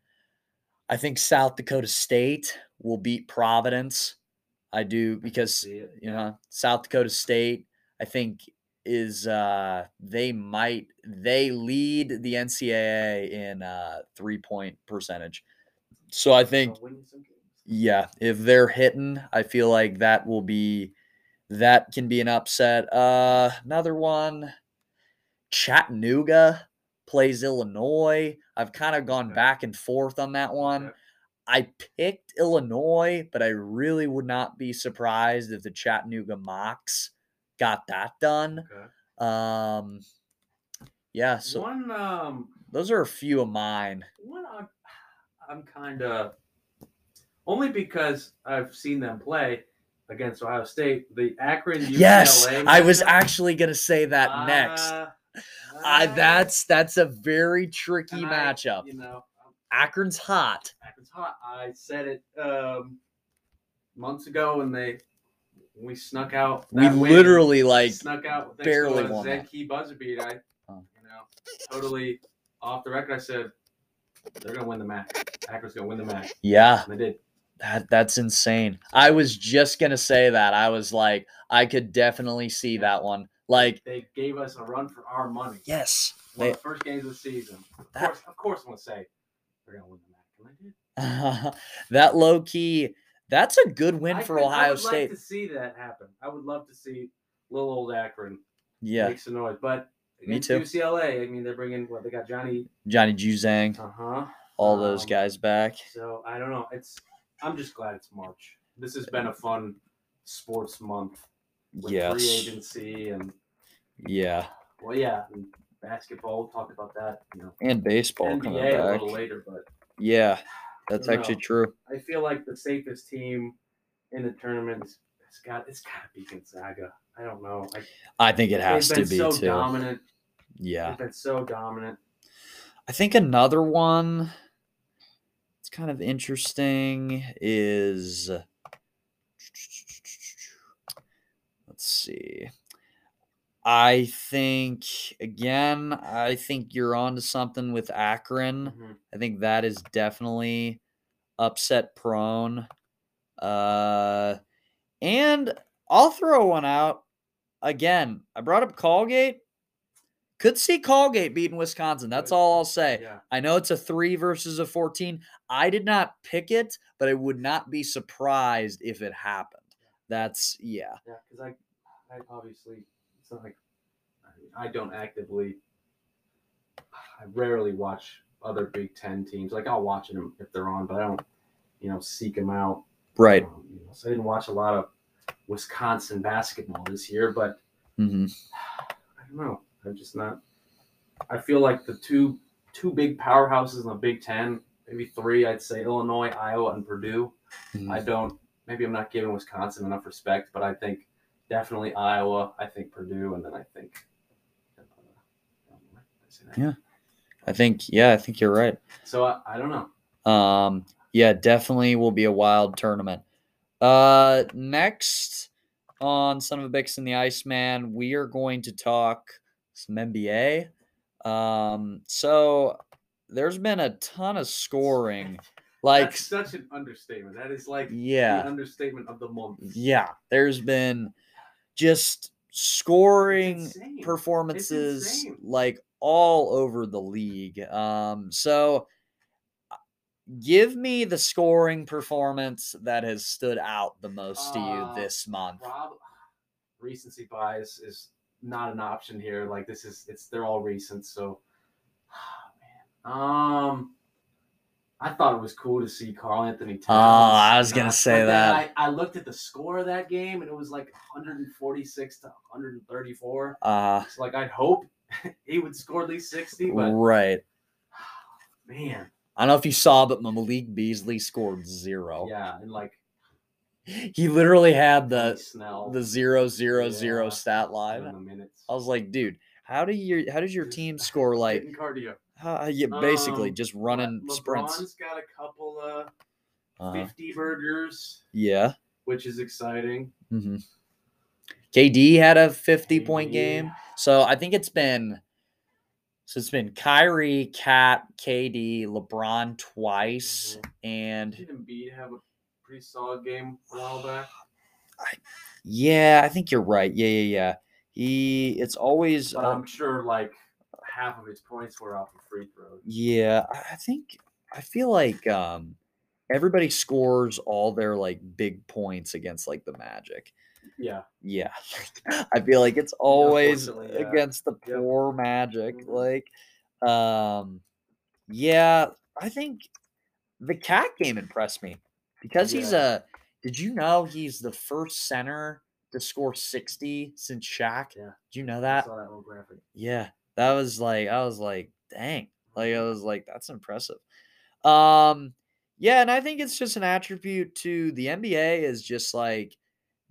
I think South Dakota State will beat Providence. I do because See it. you know South Dakota State I think is uh they might they lead the NCAA in uh three point percentage. So I think So winning some games. yeah, if they're hitting, I feel like that will be that can be an upset. Uh another one Chattanooga plays Illinois. I've kind of gone Okay. back and forth on that one. Okay. I picked Illinois, but I really would not be surprised if the Chattanooga Mocs got that done. Okay. Um, yeah, so One um those are a few of mine. one I'm, I'm kind of only because I've seen them play against Ohio State. The Akron UCLA. yes, I was matchup, actually gonna say that next. uh, I uh, that's that's a very tricky and I, matchup. You know, um, Akron's hot. Akron's hot. I said it um, months ago when they we snuck out. We that win. literally like snuck out thanks barely to a won that. Zenke buzzer beat. I, Oh. you know, totally off the record. I said they're gonna win the match. Akron's gonna win the match, yeah, and they did. that that's insane. I was just gonna say that. I was like, I could definitely see Yeah. that one. Like, They gave us a run for our money. yes. One They- of the first games of the season. Of That- course, of course, I'm gonna say they're gonna win the match. And they did. that low key, that's a good win I for could- I Ohio would State. like to see that happen. I would love to see little old Akron yeah, make some noise. But Me against too. UCLA, I mean, they're bringing what they got Johnny. Johnny Juzang, Uh huh. all those um, guys back. So I don't know. It's. I'm just glad it's March. This has been a fun sports month with free Yes, agency and yeah, well, yeah, and basketball. We'll talk about that. You know, and baseball coming NBA a back. little later, but Yeah, that's don't actually know. true. I feel like the safest team in the tournament is it's got it's got to be Gonzaga. I don't know. Like, I think it has they've to been be so too. dominant. Yeah, They've been so dominant. I think another one. It's kind of interesting. Is let's see. I think again. I think you're onto something with Akron. Mhm. I think that is definitely upset prone. Uh, and I'll throw one out again. I brought up Colgate. Could see Colgate beating Wisconsin. That's Could. all I'll say. Yeah. I know it's a three versus a 14. I did not pick it, but I would not be surprised if it happened. That's, yeah. Yeah, because I, I obviously it's not like I, mean, I don't actively. I rarely watch other Big Ten teams. Like I'll watch them if they're on, but I don't, you know, seek them out. Right. Um, you know, so I didn't watch a lot of Wisconsin basketball this year, but hmm I don't know. I'm just not. I feel like the two two big Mm-hmm. powerhouses in the Big Ten, maybe three. I'd say Illinois, Iowa, and Purdue. I don't maybe I'm not giving Wisconsin enough respect, but I think definitely Iowa. I think Purdue, and then I think. Yeah. I think yeah, I think you're right. So I, I don't know. Um, yeah, definitely will be a wild tournament. Uh, next on Son of a Bix and the Iceman, we are going to talk some NBA. Um, so there's been a ton of scoring. Like, That's such an understatement. That is like the yeah, understatement of the month. It's yeah, there's been just scoring insane. performances insane. like all over the league. Um, so uh, give me the scoring performance that has stood out the most to you Uh, this month. Rob, recency bias is not an option here. Like this is it's they're all recent, so man. Um I thought it was cool to see Carl Anthony Towns. Oh, I was Uh, gonna but say then that. I, I looked at the score of that game and it was like 146 to 134. Uh So like I'd hope he would score at least 60, but right. man, I don't know if you saw, but Malik Beasley scored zero. yeah, and like He literally had Kenny the Snell the zero zero zero Yeah. Mm. stat in line. the minutes. I was like, dude, how do you how does your team score like Getting cardio. how, yeah, basically Um, just running Le- sprints? LeBron's got a couple uh Uh, 50 burgers, yeah. which is exciting. hmm KD had a 50 point KD. game. So I think it's been so it's been Kyrie, Cat, KD, LeBron twice, Mm-hmm. and Did Embiid have a pretty solid game a while back? yeah, I think you're right. Yeah, yeah, yeah. He it's always But uh, I'm sure like half of his points were off of free throws. yeah, I I think I feel like um everybody scores all their like big points against like the Magic. Yeah. yeah i feel like it's always Unfortunately, yeah. against the Yep. poor magic Mhm. like um yeah i think the cat game impressed me because he's Yeah. a did you know he's the first center to score 60 since Shaq? Yeah. Did you know I that? saw that little graphic. Yeah. That was like I was like, dang. Like I was like, that's impressive. Um, yeah, and I think it's just an attribute to the NBA is just like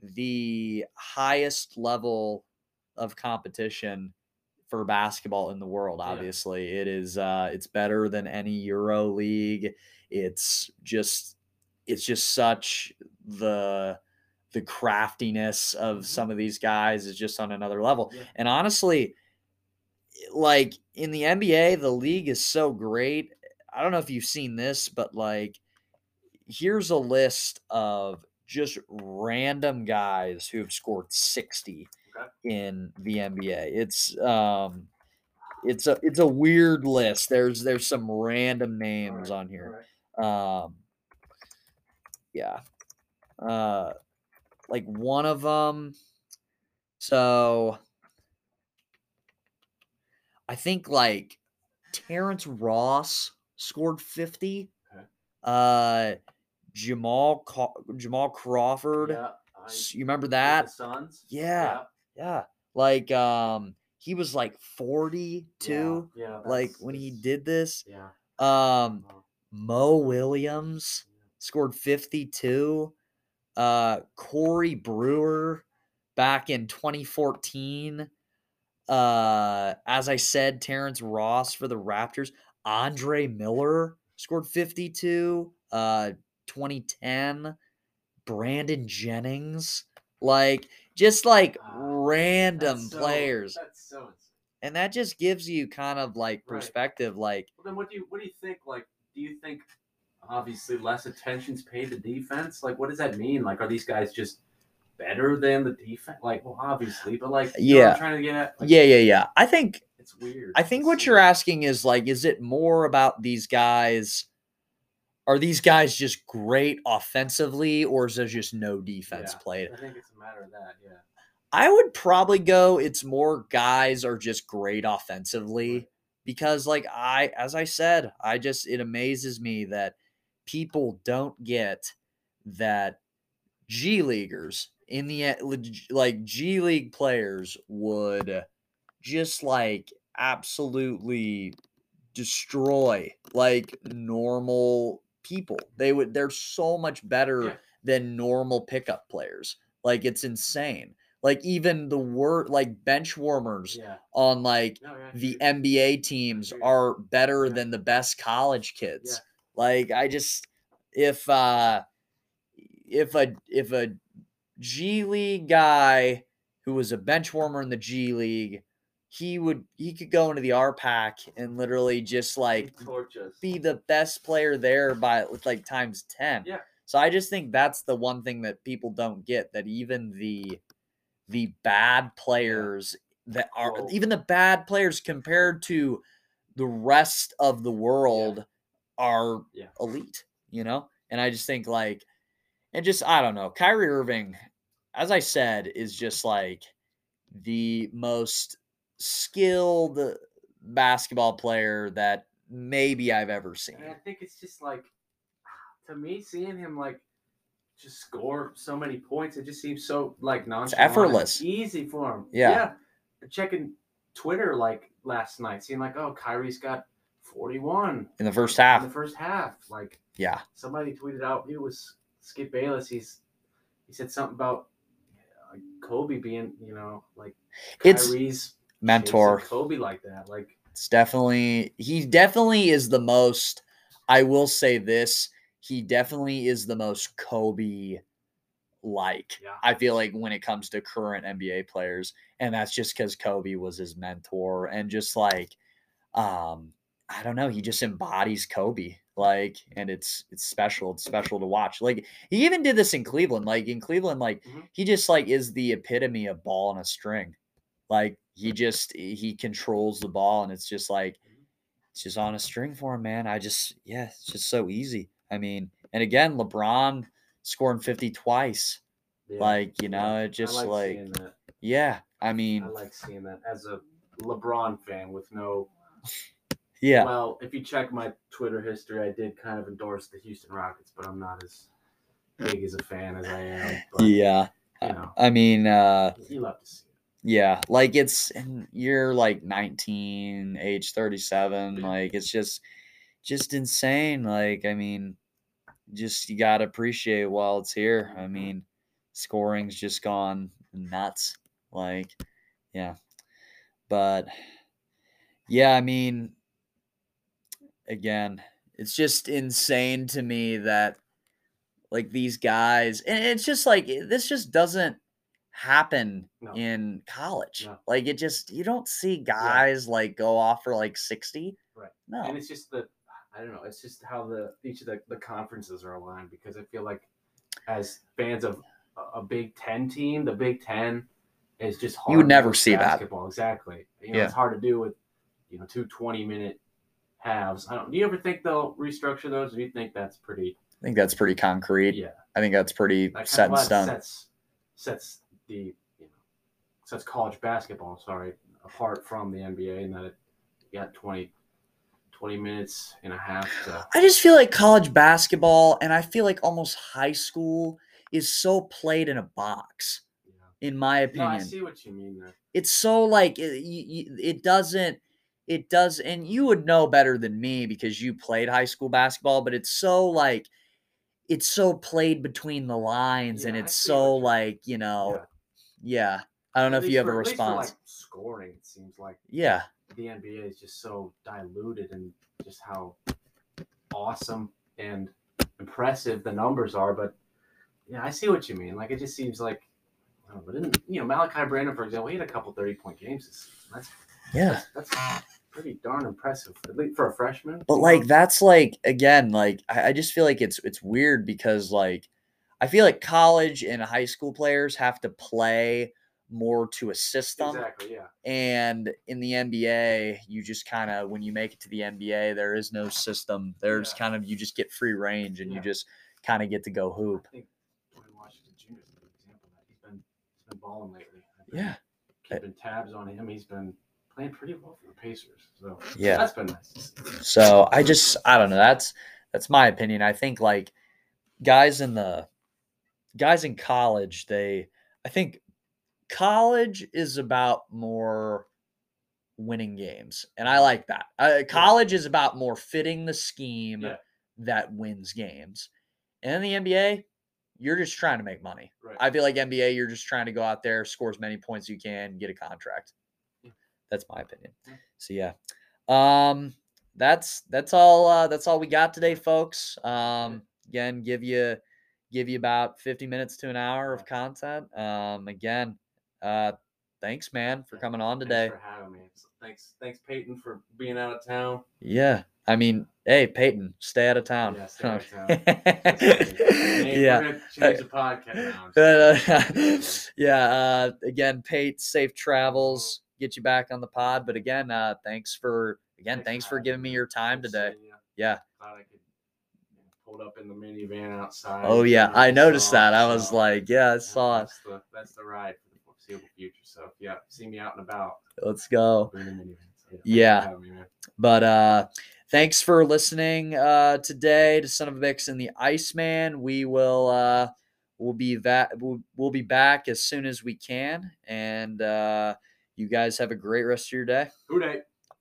the highest level of competition for basketball in the world. Yeah. Obviously, it is. Uh, it's better than any Euro league. It's just, it's just such the the craftiness of Mhm. some of these guys is just on another level. Yeah. And honestly, like in the NBA, the league is so great. I don't know if you've seen this, but like here's a list of just random guys who have scored 60 Okay. in the NBA. It's um it's a it's a weird list. There's there's some random names on here. Alright. Um, yeah. Uh, like one of them. So I think like Terrence Ross scored 50. Okay. Uh, Jamal Ca- Jamal Crawford. Yeah, I- with s- You remember that? the Suns. Yeah, Yeah. Like um he was like 42 Yeah. yeah, like that's- when he that's- did this. Yeah. Um wow, Mo Williams yeah. scored 52. Uh, Corey Brewer back in 2014. Uh, as I said, Terrence Ross for the Raptors. Andre Miller scored 52. Uh, 2010. Brandon Jennings. Like, just like Ah, random That's so- players. That's so insane. And that just gives you kind of like Right. perspective. Like, Well, then what do you what do you think? Like, do you think obviously less attention's paid to defense? Like, what does that mean? Like, are these guys just better than the defense? Like, well, obviously, but like, you know what Yeah. I'm trying to get at. Like, yeah, yeah, yeah. I think it's weird. I think It's what so you're weird. asking is like, is it more about these guys? Are these guys just great offensively, or is there just no defense Yeah. played? I think it's a matter of that. Yeah. I would probably go. It's more guys are just great offensively because, like I, as I said, I just it amazes me that people don't get that G leaguers in the e- leg- like G League players would just like absolutely destroy like normal people. They would they're so much better Yeah. than normal pickup players. Like it's insane. Like even the word like bench warmers Yeah. on like No, yeah, the sure. NBA teams Sure. are better Yeah. than the best college kids. Yeah. Like I just if uh if a if a G League guy who was a bench warmer in the G League, he would he could go into the R pack and literally just like torch us. be the best player there by with like times 10. Yeah. So I just think that's the one thing that people don't get that even the the bad players that are Well- even the bad players compared to the rest of the world are Yeah. elite, you know? And I just think like and just I don't know, Kyrie Irving as I said is just like the most skilled basketball player that maybe I've ever seen. And I think it's just like, to me, seeing him like just score so many points, it just seems so like nonchalant, and effortless. easy for him. Yeah. Yeah. Checking Twitter like last night, seeing like, oh, Kyrie's got 41 in the first in half. the first half. Like Yeah. somebody tweeted out, it was Skip Bayless. He's he said something about uh, Kobe being, you know, like It's- Kyrie's Mentor. chasing Kobe like that, like. It's definitely he definitely is the most I will say this, he definitely is the most Kobe like. Yeah. I feel like when it comes to current NBA players and that's just cuz Kobe was his mentor and just like um I don't know, he just embodies Kobe like and it's it's special, it's special to watch. Like he even did this in Cleveland. Like in Cleveland like Mhm. he just like is the epitome of ball on a string. Like he just eh, he controls the ball and it's just like it's just on a string for him, man. I just yeah, it's just so easy. I mean, and again, LeBron scoring 50 twice. yeah, Like, you yeah. know, I it just like, seeing that. yeah. I mean, I like seeing that as a LeBron fan with no. yeah. Well, if you check my Twitter history, I did kind of endorse the Houston Rockets, but I'm not as big as a fan as I am. But, yeah. You know, I mean, uh you love to see it. yeah, like it's and you're like 19, age 37, like it's just just insane. Like, I mean, just you got to appreciate while it's here. I mean, scoring's just gone nuts. Like, yeah. But yeah, I mean, again, it's just insane to me that like these guys, and it's just like it- this just doesn't happen No. in college. No. Like, it just, you don't see guys like go off for like 60. Right. No. And it's just the, I don't know, it's just how the each of the, the conferences are aligned because I feel like as fans of a- a Big Ten team, the Big Ten is just hard. You would to never watch see that. basketball. Exactly. You know, Yeah. it's hard to do with, you know, two 20 minute halves. I don't, do you ever think they'll restructure those? Or do you think that's pretty, I think that's pretty concrete. yeah, I think that's pretty that set kind in of stone. sets, sets the, you know, sets college basketball, sorry, apart from the NBA and that it you got 20, 20 minutes and a half to, I just feel like college basketball and I feel like almost high school is so played in a box, you know, in my No, I opinion. see what you mean there. it's so like it, y- y- it doesn't, it does, and you would know better than me because you played high school basketball, but it's so like, it's so played between the lines and Yeah, I it's see what so you're- like, you know, Yeah. yeah. I don't know At if you least have a for- at least for, response. like, scoring, it seems like yeah. the NBA is just so diluted and just how awesome and impressive the numbers are. But yeah, I see what you mean. Like it just seems like, I don't know, but didn't, you know Malachi Brandon for example, he had a couple thirty point games this season. That's Yeah. that's pretty darn impressive, at least for a freshman. But like that's like again, like I, I just feel like it's it's weird because like I feel like college and high school players have to play more to a system. Exactly. Yeah. And in the NBA, you just kind of when you make it to the NBA, there is no system. There's Yeah. kind of you just get free range and you Yeah. just kind of get to go hoop. I think Dwayne Washington Jr. is a good example of that. He's been he's been balling lately. I've been Yeah. keeping tabs on him. He's been playing pretty well for the Pacers. So Yeah. that's been nice. to see. So I just I don't know. That's that's my opinion. I think like guys in the guys in college, they I think college is about more winning games, and I like that. Uh, college is about more fitting the scheme Yeah. that wins games, and in the NBA, You're just trying to make money. Right. I feel like NBA, you're just trying to go out there, score as many points as you can, get a contract. Yeah. That's my opinion. Yeah. So yeah, um, that's that's all uh, that's all we got today, folks. Um, again, give you give you about 50 minutes to an hour of content. Um, again, uh, thanks, man, for Yeah. coming on Thanks today. for having me. So Thanks, thanks Peyton for being out of town. Yeah, I mean, hey, Peyton, stay out of town. Yeah, stay out of town. yeah. We're gonna change the podcast now. I'm Uh, just kidding. yeah. Uh, again, Pate, safe travels. Get you back on the pod. But again, uh, thanks for again, Thanks thanks, for for having giving me. me your time Good today. seeing ya. Yeah. Glad I could you know, pulled up in the minivan outside. Oh yeah, Kinda I noticed saw it, that. I was so, like, yeah, I yeah, saw it. That's the, that's the ride for the foreseeable future. So if you see me out and about, Let's go. I'll be in the minivan. So, thanks for Yeah. having me, man. But uh thanks for listening uh today to Son of a Vix and the Iceman. We will uh we'll be va- we'll, we'll be back as soon as we can and uh you guys have a great rest of your day. Who day?